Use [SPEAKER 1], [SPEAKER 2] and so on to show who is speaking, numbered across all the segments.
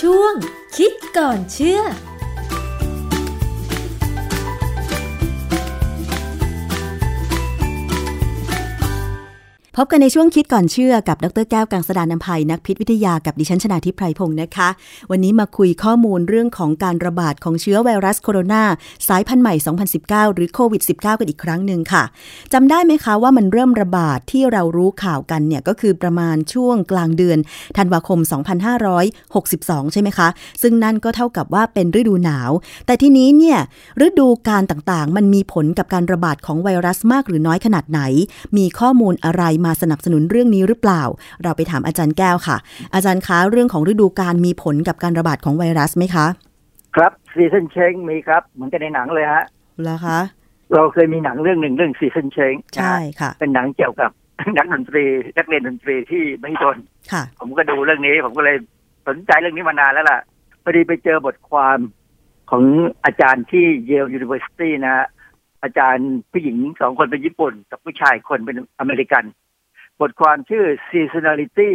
[SPEAKER 1] ช่วง คิดก่อนเชื่อ
[SPEAKER 2] พบกันในช่วงคิดก่อนเชื่อกับดรแก้วกังสดานนภัยนักพิษวิทยากับดิฉันชนาทิพไพรพงศ์นะคะ วันนี้มาคุยข้อมูลเรื่องของการระบาดของเชื้อไวรัสโคโรนาสายพันธุ์ใหม่ 2019 หรือโควิด -19 กันอีกครั้งหนึ่งค่ะจำได้ไหมคะว่ามันเริ่มระบาดที่เรารู้ข่าวกันเนี่ยก็คือประมาณช่วงกลางเดือนธันวาคม 2562 ใช่ไหมคะ ซึ่งนั่นก็เท่ากับว่าเป็นฤดูหนาว แต่ทีนี้เนี่ยฤดูการต่างๆ มันมีผลกับการระบาดของไวรัสมากหรือน้อยขนาดไหน มีข้อมูลอะไรมาสนับสนุนเรื่องนี้หรือเปล่า เราไปถามอาจารย์แก้วค่ะ อาจารย์คะเรื่องของฤดูการมีผลกับการระบาดของไวรัสไหมคะ
[SPEAKER 3] ครับซีซันเชงมีครับ เหมือนกันในหนังเลยฮะ
[SPEAKER 2] เหรอคะ
[SPEAKER 3] เราเคยมีหนังเรื่องหนึ่งเรื่องซีซันเชง
[SPEAKER 2] ใช่ค่ะ
[SPEAKER 3] เป็นหนังเกี่ยวกับ นักดนตรีนักเรียนดนตรีที่ไม่จน
[SPEAKER 2] ค่ะ
[SPEAKER 3] ผมก็ดูเรื่องนี้ ผมก็เลยสนใจเรื่องนี้มานานแล้วล่ะพอดีไปเจอบทความของอาจารย์ที่เยล University นะฮะอาจารย์ผู้หญิงสองคนเป็นญี่ปุ่น กับผู้ชายคนเป็นอเมริกัน บทความชื่อ Seasonality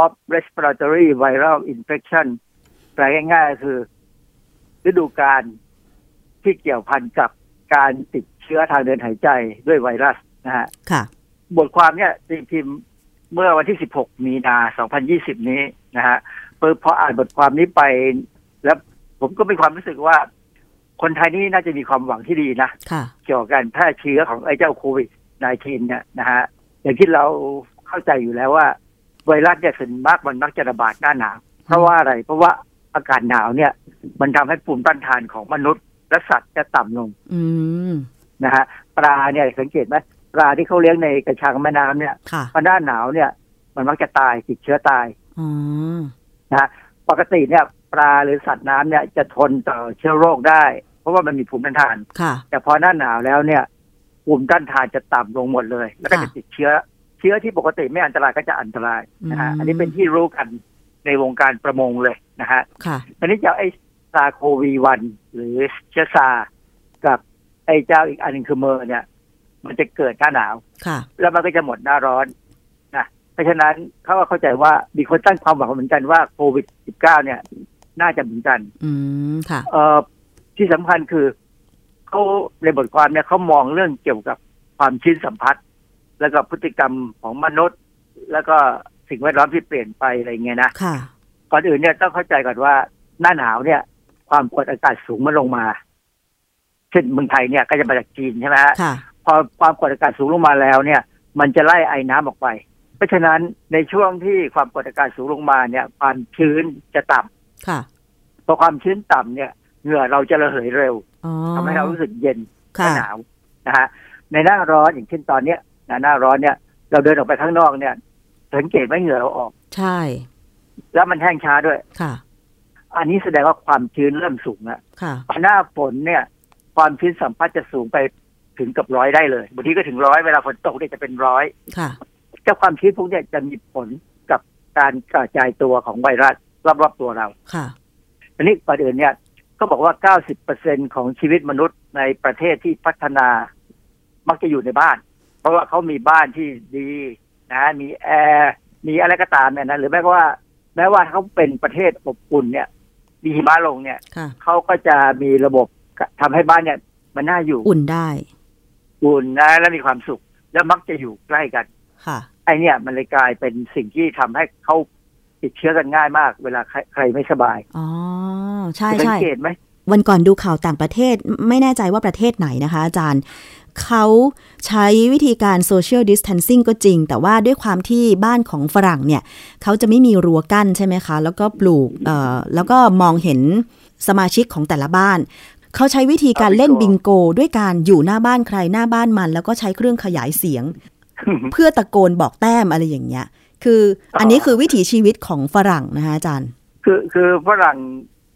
[SPEAKER 3] of Respiratory Viral Infection แปลง่ายๆคือ ฤดูกาลที่เกี่ยวพันกับการติดเชื้อทางเดินหายใจด้วยไวรัสนะฮะ
[SPEAKER 2] ค่ะ
[SPEAKER 3] บทความเนี่ยตีพิมพ์เมื่อวันที่ 16 มีนา 2020 นี้นะฮะเพิ่งพออ่านบทความนี้ไป แล้วผมก็มีความรู้สึกว่า คนไทยนี่น่าจะมีความหวังที่ดีนะ
[SPEAKER 2] ค่ะ
[SPEAKER 3] เกี่ยวกับการแพร่เชื้อของไอ้เจ้าโควิด -19 เนี่ยนะฮะอย่างที่เราเข้าใจอยู่แล้วว่า ไวรัสเนี่ยส่วนมากมันมักจะระบาดหน้าหนาวเพราะว่าอะไรเพราะว่าอากาศหนาวเนี่ย มันทำให้ภูมิต้านทานของมนุษย์ และสัตว์จะต่ำลง
[SPEAKER 2] อืม
[SPEAKER 3] นะฮะปลาเนี่ยสังเกตไหมปลาที่เขาเลี้ยงในกระชังแม่น้ำเนี่ย
[SPEAKER 2] ค่ะ
[SPEAKER 3] พอหน้าหนาวเนี่ย มันมักจะตายติดเชื้อตาย
[SPEAKER 2] อ๋อ
[SPEAKER 3] นะฮะปกติเนี่ย ปลาหรือสัตว์น้ำเนี่ยจะทนต่อเชื้อโรคได้ เพราะว่ามันมีภูมิต้านทาน
[SPEAKER 2] ค่ะ
[SPEAKER 3] แต่พอหน้าหนาวแล้วเนี่ยภูมิต้านทานจะต่ำลงหมดเลย แล้วก็จะติดเชื้อ เชื้อที่ปกติไม่อันตรายก็จะอันตรายนะฮะอันนี้เป็นที่รู้กันในวงการประมงเลยนะฮะ
[SPEAKER 2] ค่ะ
[SPEAKER 3] อันนี้เจ้าไอ้ซาโควีวันหรือเชื้อซา กับไอ้เจ้าอีกอันหนึงคือเมอร์เนี่ย มันจะเกิดหน้าหนาว
[SPEAKER 2] ค่ะ
[SPEAKER 3] แล้วมันก็จะหมดหน้าร้อนนะเพราะฉะนั้นเขาก็เข้าใจว่ามีคนตั้งความหวังเหมือนกันว่าโควิด -19 เนี่ย น่าจะเหมือนกัน
[SPEAKER 2] อืมค่ะ
[SPEAKER 3] เอ่อที่สำคัญคือเขาในบทความเนี่ยเขามองเรื่องเกี่ยวกับความชื้นสัมผัส แล้วก็พฤติกรรมของมนุษย์ แล้วก็สิ่งแวดล้อมที่เปลี่ยนไปอะไรเงี้ยนะ
[SPEAKER 2] ค่ะ
[SPEAKER 3] ก่อนอื่นเนี่ยต้องเข้าใจก่อนว่าหน้าหนาวเนี่ย ความกดอากาศสูงมันลงมา เช่นเมืองไทยเนี่ยก็จะมาจากจีนใช่ไหมฮะ
[SPEAKER 2] ค่ะ
[SPEAKER 3] พอความกดอากาศสูงลงมาแล้วเนี่ย มันจะไล่ไอ้น้ำออกไป เพราะฉะนั้นในช่วงที่ความกดอากาศสูงลงมาเนี่ย ความชื้นจะต่ำ
[SPEAKER 2] ค่ะ
[SPEAKER 3] พอความชื้นต่ำเนี่ยเหงื่อเราจะระเหยเร็ว
[SPEAKER 2] อ๋อ
[SPEAKER 3] ทำให้เรารู้สึกเย็นและ
[SPEAKER 2] ค่ะ
[SPEAKER 3] หนาวนะฮะในหน้าร้อนอย่างเช่นตอนเนี้ยนะหน้าร้อนเนี่ย เราเดินออกไปข้างนอกเนี่ย สังเกตไหมเหงื่อเราออก
[SPEAKER 2] ใช่
[SPEAKER 3] แล้วมันแห้งช้าด้วย
[SPEAKER 2] ค่ะ
[SPEAKER 3] อันนี้แสดงว่าความชื้นเริ่มสูงแล้ว
[SPEAKER 2] ค่ะ
[SPEAKER 3] หน้าฝนเนี่ย ความชื้นสัมผัสจะสูงไปถึงกับร้อยได้เลยบางทีก็ถึงร้อยเวลาฝนตกเนี่ยจะเป็นร้อย
[SPEAKER 2] ค่ะ
[SPEAKER 3] เจ้าความชื้นพวกเนี้จะมีผลกับการกระจายตัวของไวรัสรอบๆตัวเรา
[SPEAKER 2] ค่ะ
[SPEAKER 3] อันนี้ประเด็นเนี่ย ก็บอกว่า 90%ของชีวิตมนุษย์ในประเทศที่พัฒนา มักจะอยู่ในบ้าน เพราะว่าเขามีบ้านที่ดีนะ มีแอร์มีอะไรก็ตามเนี่ยนะหรือแม้ว่า แม้ว่าเขาเป็นประเทศอบอุ่นเนี่ย มีหิมะลงเนี่ย
[SPEAKER 2] ค่ะ
[SPEAKER 3] เขาก็จะมีระบบทำให้บ้านเนี่ย มันน่าอยู่
[SPEAKER 2] อุ่นได้
[SPEAKER 3] อุ่นนะและมีความสุข แล้วมักจะอยู่ใกล้กัน
[SPEAKER 2] ค่ะ
[SPEAKER 3] ไอเนี่ยมันเลยกลายเป็นสิ่งที่ทำให้เขาติดเชื้อกันง่ายมาก เวลาใครใครไม่สบาย
[SPEAKER 2] อ๋อ ใช่
[SPEAKER 3] สั
[SPEAKER 2] ใช่
[SPEAKER 3] เกตไหม
[SPEAKER 2] วันก่อนดูข่าวต่างประเทศไม่แน่ใจว่าประเทศไหนนะคะ อาจารย์ เขาใช้วิธีการ Social Distancing ก็จริง แต่ว่าด้วยความที่บ้านของฝรั่งเนี่ย เขาจะไม่มีรั้วกั้นใช่ไหมคะ แล้วก็ปลูกเอ่อแล้วก็มองเห็นสมาชิกของแต่ละบ้าน เขาใช้วิธีการเล่นบิงโก ด้วยการอยู่หน้าบ้านใครหน้าบ้านมัน แล้วก็ใช้เครื่องขยายเสีย ง เพื่อตะโกนบอกแต้มอะไรอย่างเงี้ย คืออันนี้คือวิถีชีวิตของฝรั่งนะคะอาจารย์
[SPEAKER 3] คือคือฝรั่ง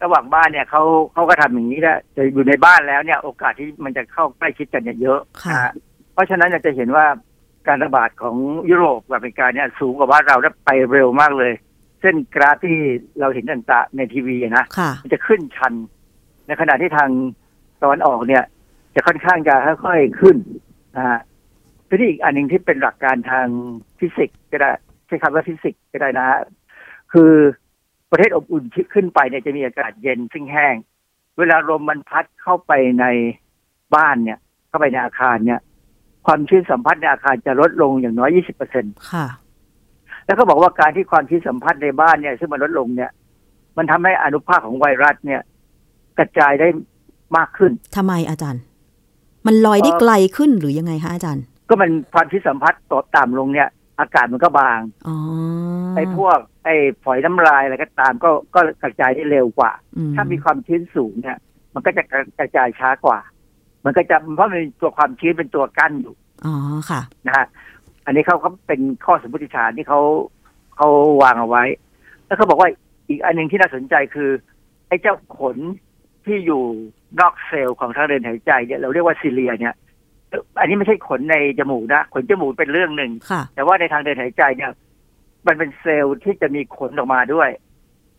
[SPEAKER 3] ระหว่างบ้านเนี่ยเขาเขาก็ทำอย่างนี้แหละแต่อยู่ในบ้านแล้วเนี่ยโอกาสที่มันจะเข้าใกล้ชิดกันเนี่ยเยอะ
[SPEAKER 2] ค่ะ
[SPEAKER 3] นฮเพราะฉะนั้นเนี่ยจะเห็นว่าการระบาดของยุโรปกับอเมริกาเนี่ยสูงกว่าบ้านเราและไปเร็วมากเลย เส้นกราฟที่เราเห็นต่างๆในทีวีอะนะ
[SPEAKER 2] ค่ะ
[SPEAKER 3] มันจะขึ้นชัน ในขณะที่ทางตะวันออกเนี่ย จะค่อนข้างจะค่อยๆขึ้นนะฮะทีนี้อีกอันหนึ่งที่เป็นหลักการทางฟิสิกส์ก็ได้ใช้คำว่าฟิสิกส์ก็ได้นะฮะคือ ประเทศอบอุ่นขึ้นไปเนี่ยจะมีอากาศเย็นซึ่งแห้ง เวลาลมมันพัดเข้าไปในบ้านเนี่ย เข้าไปในอาคารเนี่ย ความชื้นสัมผัสในอาคารจะลดลงอย่างน้อย 20เปอร์เซ็น
[SPEAKER 2] ค่ะ
[SPEAKER 3] แล้วก็บอกว่าการที่ความชื้นสัมผัสในบ้านเนี่ย ซึ่งมันลดลงเนี่ย มันทำให้อนุภาคของไวรัสเนี่ย กระจายได้มากขึ้น
[SPEAKER 2] ทำไมอาจารย์ มันลอยได้ไกลขึ้นหรือยังไงคะอาจารย์
[SPEAKER 3] ก็มันความชื้นสัมผัสตกต่ำลงเนี่ย อากาศมันก็บาง
[SPEAKER 2] อ๋อ
[SPEAKER 3] ไอ้พวกไอ้ฝอยน้ำลายอะไรก็ตามก็ก็กระจายได้เร็วกว่า
[SPEAKER 2] อื
[SPEAKER 3] ถ้ามีความชื้นสูงเนี่ย มันก็จะกระกระจายช้ากว่า มันก็จะเพราะมันมีตัวความชื้นเป็นตัวกั้นอยู่
[SPEAKER 2] อ๋อค่ะ
[SPEAKER 3] นะฮะอันนี้เขาเขาเป็นข้อสมมติฐานที่เขาเขาวางเอาไว้ แล้วเขาบอกว่าอีกอันหนึ่งที่น่าสนใจคือ ไอ้เจ้าขนที่อยู่นอกเซลล์ของทางเดินหายใจเนี่ยเราเรียกว่าซีเลียเนี่ย อันนี้ไม่ใช่ขนในจมูกนะขนจมูกเป็นเรื่องหนึ่ง
[SPEAKER 2] ค่ะ
[SPEAKER 3] แต่ว่าในทางเดินหายใจเนี่ย มันเป็นเซลล์ที่จะมีขนออกมาด้วย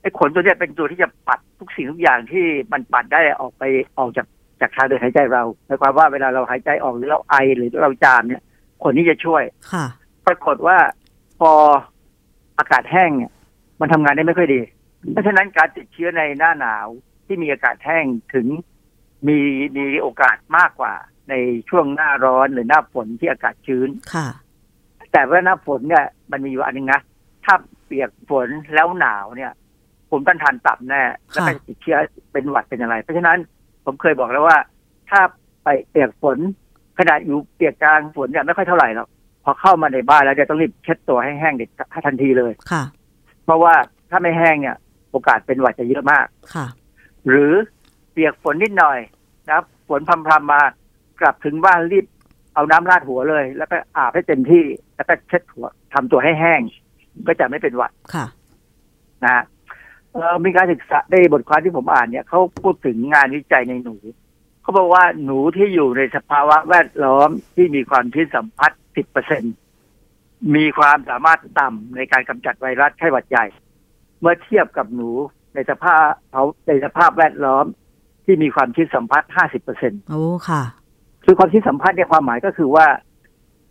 [SPEAKER 3] ไอ้ขนตัวเนี้ยเป็นตัวที่จะปัดทุกสิ่งทุกอย่างที่มันปัดได้ออกไปออกจากจากทางเดินหายใจเราหมายความว่าเวลาเราหายใจออกหรือเราไอหรือเราจามเนี่ย ขนนี้จะช่วย
[SPEAKER 2] ค่ะ
[SPEAKER 3] ปรากฏว่าพออากาศแห้งเนี่ย มันทำงานได้ไม่ค่อยดี เพราะฉะนั้นการติดเชื้อในหน้าหนาวที่มีอากาศแห้งถึงมีมีโอกาสมากกว่า ในช่วงหน้าร้อนหรือหน้าฝนที่อากาศชื้น
[SPEAKER 2] ค่ะ
[SPEAKER 3] แต่ว่าหน้าฝนเนี่ยมันมีอยู่อันหนึงนะ ถ้าเปียกฝนแล้วหนาวเนี่ยภูมิต้านทานต่ำแน่แล้วก็
[SPEAKER 2] ค่ะ
[SPEAKER 3] ติดเชื้อเป็นหวัดเป็นอะไร เพราะฉะนั้นผมเคยบอกแล้วว่า ถ้าไปเปียกฝนขนาดอยู่เปียกกลางฝนเนี่ยไม่ค่อยเท่าไหร่หรอกพอเข้ามาในบ้านแล้วจะต้องรีบเช็ดตัวให้แห้งเด็ดขาดทันทีเลย
[SPEAKER 2] ค่ะ
[SPEAKER 3] เพราะว่าถ้าไม่แห้งเนี่ย โอกาสเป็นหวัดจะเยอะมาก
[SPEAKER 2] ค่ะ
[SPEAKER 3] หรือเปียกฝนนิดหน่อยนะครับฝนพรำๆมากลับถึงบ้านรีบเอาน้ำราดหัวเลย แล้วก็อาบให้เต็มที่ แล้วก็เช็ดหัวทำตัวให้แห้ง ก็จะไม่เป็นหวัด
[SPEAKER 2] ค่ะ
[SPEAKER 3] นะฮะเอ่อมีการศึกษาได้บทความที่ผมอ่านเนี่ยเขาพูดถึงงานวิจัยในหนูเขาบอกว่าหนูที่อยู่ในสภาวะแวดล้อมที่มีความชื้นสัมผัส 10%มีความสามารถต่ำในการกำจัดไวรัสไข้หวัดใหญ่ เมื่อเทียบกับหนูในสภาพเขาในสภาพแวดล้อมที่มีความชื้นสัมผัส 50เปอร์เซ็น
[SPEAKER 2] โอ้ ค่ะ
[SPEAKER 3] คือความชื้นสัมผัสในยความหมายก็คือว่า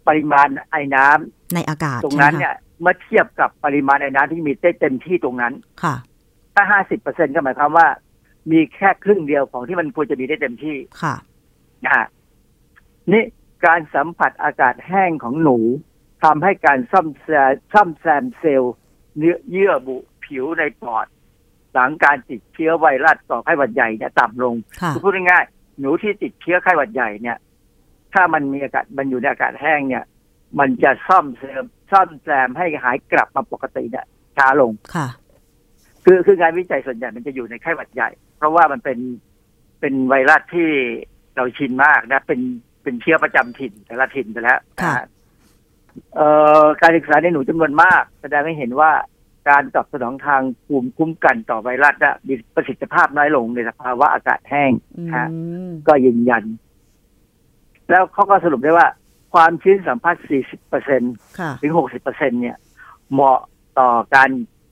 [SPEAKER 3] ปริมาณไอ้น้ำ
[SPEAKER 2] ในอากาศ
[SPEAKER 3] ตรงนั้น
[SPEAKER 2] ใช่ไหม
[SPEAKER 3] เนี่
[SPEAKER 2] คะ
[SPEAKER 3] ย เมื่อเทียบกับปริมาณไอ้น้ำที่มีได้เต็มที่ตรงนั้น
[SPEAKER 2] ค่ะ
[SPEAKER 3] ถ้า 50เปอร์เซ็นก็หมายความว่า มีแค่ครึ่งเดียวของที่มันควรจะมีได้เต็มที่
[SPEAKER 2] ค่ะ
[SPEAKER 3] นะฮะนี่การสัมผัสอากาศแห้งของหนูทำให้การซ่อมแซมซ่อมแซมเซลล์เนื้อเยื่อบุผิวในปอด หลังการติดเชื้อไวรัสต่อไข้หวัดใหญ่เนี่ยต่ำลง
[SPEAKER 2] ค่ะ
[SPEAKER 3] คือพูดง่ายๆหนูที่ติดเชื้อไข้หวัดใหญ่เนี่ย ถ้ามันมีอากาศมันอยู่ในอากาศแห้งเนี่ย มันจะซ่อมเสริมซ่อมแซมให้หายกลับมาปกติเนี่ยช้าลง
[SPEAKER 2] ค่ะ
[SPEAKER 3] คือคืองานวิจัยส่วนใหญ่มันจะอยู่ในไข้หวัดใหญ่ เพราะว่ามันเป็นเป็นไวรัสที่เราชินมากนะ เป็นเป็นเชื้อประจำถิ่นแต่ละถิ่นไปแล้ว
[SPEAKER 2] ค่ะ
[SPEAKER 3] นะเอ่อการศึกษาในหนูจำนวนมาก แสดงให้เห็นว่าการตอบสนองทางภูมิคุ้มกันต่อไวรัสนะมีประสิทธิภาพน้อยลงในสภาวะอากาศแห้ง
[SPEAKER 1] อื
[SPEAKER 3] ฮะ
[SPEAKER 1] ม
[SPEAKER 3] ก็ยืนยัน แล้วเขาก็สรุปได้ว่า ความชื้นสัมผัส 40%
[SPEAKER 2] ค่ะ
[SPEAKER 3] ถึง 60%เนี่ย เหมาะต่อการ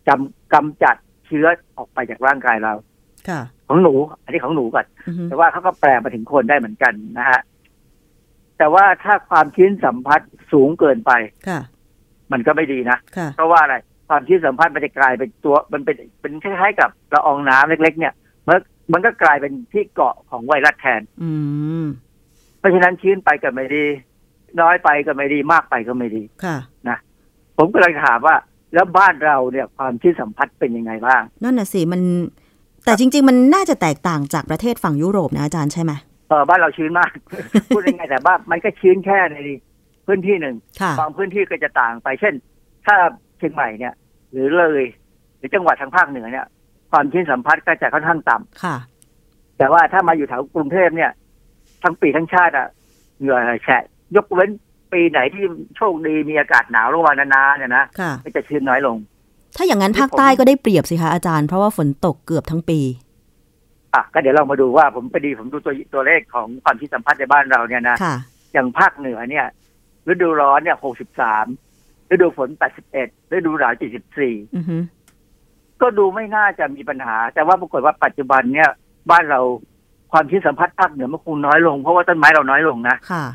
[SPEAKER 3] จำกำจัดเชื้อออกไปจากร่างกายเรา
[SPEAKER 2] ค่ะ
[SPEAKER 3] ของหนู อันนี้ของหนูก่อน
[SPEAKER 2] อือฮึ
[SPEAKER 3] แต่ว่าเขาก็แปลมาถึงคนได้เหมือนกันนะฮะ แต่ว่าถ้าความชื้นสัมผัสสูงเกินไป
[SPEAKER 2] ค่ะ
[SPEAKER 3] มันก็ไม่ดีนะ
[SPEAKER 2] ค่ะ
[SPEAKER 3] เพราะว่าอะไรความชื้นสัมพันธ์มันจะกลายเป็นตัว มันเป็นเป็นคล้ายๆกับละอองน้ำเล็ก ๆ เนี่ยมันมันก็กลายเป็นที่เกาะของไวรัสแทน
[SPEAKER 2] อืม
[SPEAKER 3] เพราะฉะนั้นชื้นไปก็ไม่ดี น้อยไปก็ไม่ดีมากไปก็ไม่ดี
[SPEAKER 2] ค่ะ
[SPEAKER 3] ผมกำลังถามว่า แล้วบ้านเราเนี่ยความชื้นสัมผัสเป็นยังไงบ้าง
[SPEAKER 2] นั่นน่ะสิ มัน แต่จริง ๆ มันน่าจะแตกต่างจากประเทศฝั่งยุโรปนะอาจารย์ใช่ไหม
[SPEAKER 3] เออบ้านเราชื้นมาก พูดยังไงแต่บ้านมันก็ชื้นแค่ในพื้นที่หนึ่ง
[SPEAKER 2] ค่ะ
[SPEAKER 3] บางพื้นที่ก็จะต่างไป เช่น ถ้าเชียงใหม่เนี่ย หรือเลย หรือจังหวัดทางภาคเหนือเนี่ย ความชื้นสัมผัสก็จะค่อนข้างต่ำ
[SPEAKER 2] ค่ะ
[SPEAKER 3] แต่ว่าถ้ามาอยู่แถวกรุงเทพเนี่ย ทั้งปีทั้งชาติอะเหงื่อแฉะยกเว้นปีไหนที่โชคดีมีอากาศหนาวลงมานานๆเนี่ยนะ
[SPEAKER 2] ค่ะ
[SPEAKER 3] ก็จะชื้นน้อยลง
[SPEAKER 2] ถ้าอย่างนั้นภาคใต้ก็ได้เปรียบสิคะอาจารย์เพราะว่าฝนตกเกือบทั้งปี
[SPEAKER 3] อ่ะก็เดี๋ยวเรามาดูว่าผมพอดีผมดูตัวตัวเลขของความที่สัมพัทธ์ในบ้านเราเนี่ยนะ
[SPEAKER 2] ค่ะ
[SPEAKER 3] อย่างภาคเหนือเนี่ย ฤดูร้อนเนี่ยหกสิบสามฤดูฝนแปดสิบเอ็ดฤดูหนาวเจ็ดสิบสี่
[SPEAKER 2] อือฮึ
[SPEAKER 3] ก็ดูไม่น่าจะมีปัญหา แต่ว่าปรากฏว่าปัจจุบันเนี่ย บ้านเราความชื้นสัมพัทธ์ภาคเหนือมันคงน้อยลง เพราะว่าต้นไม้เราน้อยลงนะ
[SPEAKER 2] ค่ะ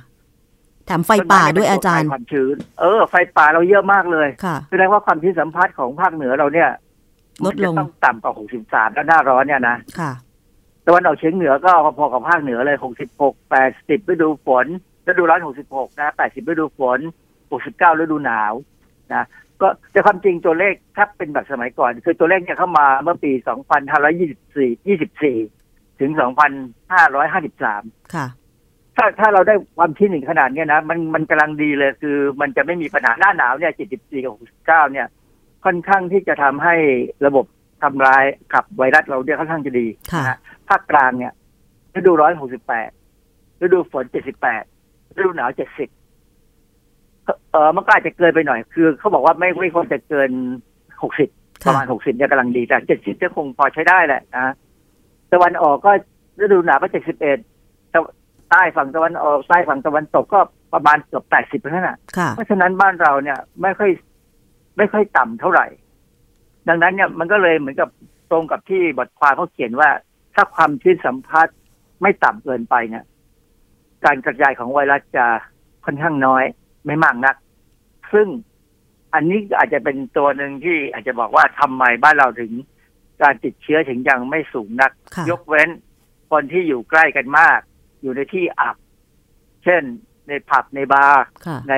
[SPEAKER 2] แถมไฟป่าด้วยอาจารย์
[SPEAKER 3] ต้นไม้มันเป็นตัวคลความชื้น เออ ไฟป่าเราเยอะมากเลย
[SPEAKER 2] ค่ะ
[SPEAKER 3] แสดงว่าความชื้นสัมพัทธ์ของภาคเหนือเราเนี่ย
[SPEAKER 2] ลดลง
[SPEAKER 3] มันจะต้องต่ำกว่า 63 แล้วหน้าร้อนเนี่ยนะ
[SPEAKER 2] ค่ะ
[SPEAKER 3] ตะวันออกเฉียงเหนือก็พอๆกับภาคเหนือเลย 66 80ฤดูฝนฤดูร้อน 66 นะ 80ฤดูฝน 69ฤดูหนาวนะก็แต่ความจริงตัวเลขถ้าเป็นแบบสมัยก่อน คือตัวเลขเนี่ยเข้ามาเมื่อปี 2524 24 ถึง 2553
[SPEAKER 2] ค่ะ
[SPEAKER 3] ถ้าถ้าเราได้ความชื้นถึงขนาดเนี้ยนะมันมันกำลังดีเลยคือมันจะไม่มีปัญหาหน้าหนาวเนี่ย 74 กับ 69 เนี่ย ค่อนข้างที่จะทำให้ระบบทำลายขับไวรัสเราเนี่ยค่อนข้างจะดี
[SPEAKER 2] ค่ะ
[SPEAKER 3] นฮภาคกลางเนี่ยฤดูร้อน 68ฤดูฝน 78ฤดูหนาว 70 เออมันก็อาจจะเกินไปหน่อย คือเขาบอกว่าไม่ไม่ควรจะเกิน 60 ประ
[SPEAKER 2] ค่ะ
[SPEAKER 3] มาณ 60 เนี่ยกำลังดีแต่ 70ก็คงพอใช้ได้แหละนะ ตะวันออกก็ฤดูหนาวก็ 71ตะใต้ฝั่งตะวันออกใต้ฝั่งตะวันตกก็ประมาณเกือบ 80เท่านั้นน่ะ
[SPEAKER 2] ค่ะ
[SPEAKER 3] เพราะฉะนั้นบ้านเราเนี่ยไม่ค่อยไม่ค่อยต่ำเท่าไหร่ ดังนั้นเนี่ยมันก็เลยเหมือนกับตรงกับที่บทความเขาเขียนว่า ถ้าความชื้นสัมผัสไม่ต่ำเกินไปเนี่ย การกระจายของไวรัสจะค่อนข้างน้อยไม่มากนัก ซึ่งอันนี้อาจจะเป็นตัวหนึ่งที่อาจจะบอกว่าทำไมบ้านเราถึง การติดเชื้อถึงยังไม่สูงนัก
[SPEAKER 2] ค่ะ
[SPEAKER 3] ยกเว้นคนที่อยู่ใกล้กันมาก อยู่ในที่อับ เช่น ในผับในบาร์
[SPEAKER 2] ค่ะ
[SPEAKER 3] ใน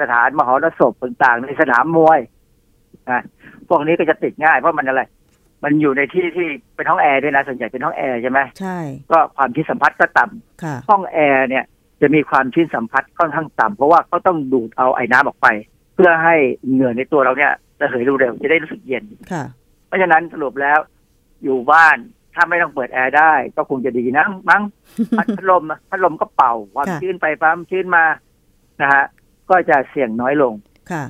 [SPEAKER 3] สถานมหรสพต่างๆ ในสนามมวยนะพวกนี้ก็จะติดง่ายเพราะมันอะไร มันอยู่ในที่ที่เป็นห้องแอร์ด้วยนะส่วนใหญ่เป็นห้องแอร์ใช่ไหม
[SPEAKER 2] ใช่
[SPEAKER 3] ก็ความชื้นสัมผัสก็ต่ำ
[SPEAKER 2] ค่ะ
[SPEAKER 3] ห้องแอร์เนี่ย จะมีความชื้นสัมผัสค่อนข้างต่ำเพราะว่าเขาต้องดูดเอาไอ้น้ำออกไป เพื่อให้เหงื่อในตัวเราเนี่ยระเหยเร็วๆจะได้รู้สึกเย็น
[SPEAKER 2] ค่ะ
[SPEAKER 3] เพราะฉะนั้นสรุปแล้วอยู่บ้านถ้าไม่ต้องเปิดแอร์ได้ ก็คงจะดีนะมั้ง พัดลมนะพัดลมก็เป่าความ
[SPEAKER 2] ค่ะ
[SPEAKER 3] ชื้นไปความชื้นมานะฮะก็จะเสี่ยงน้อยลง
[SPEAKER 2] ค่ะ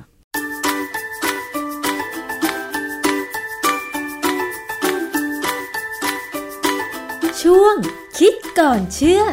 [SPEAKER 1] ช่วงคิดก่อนเชื่อ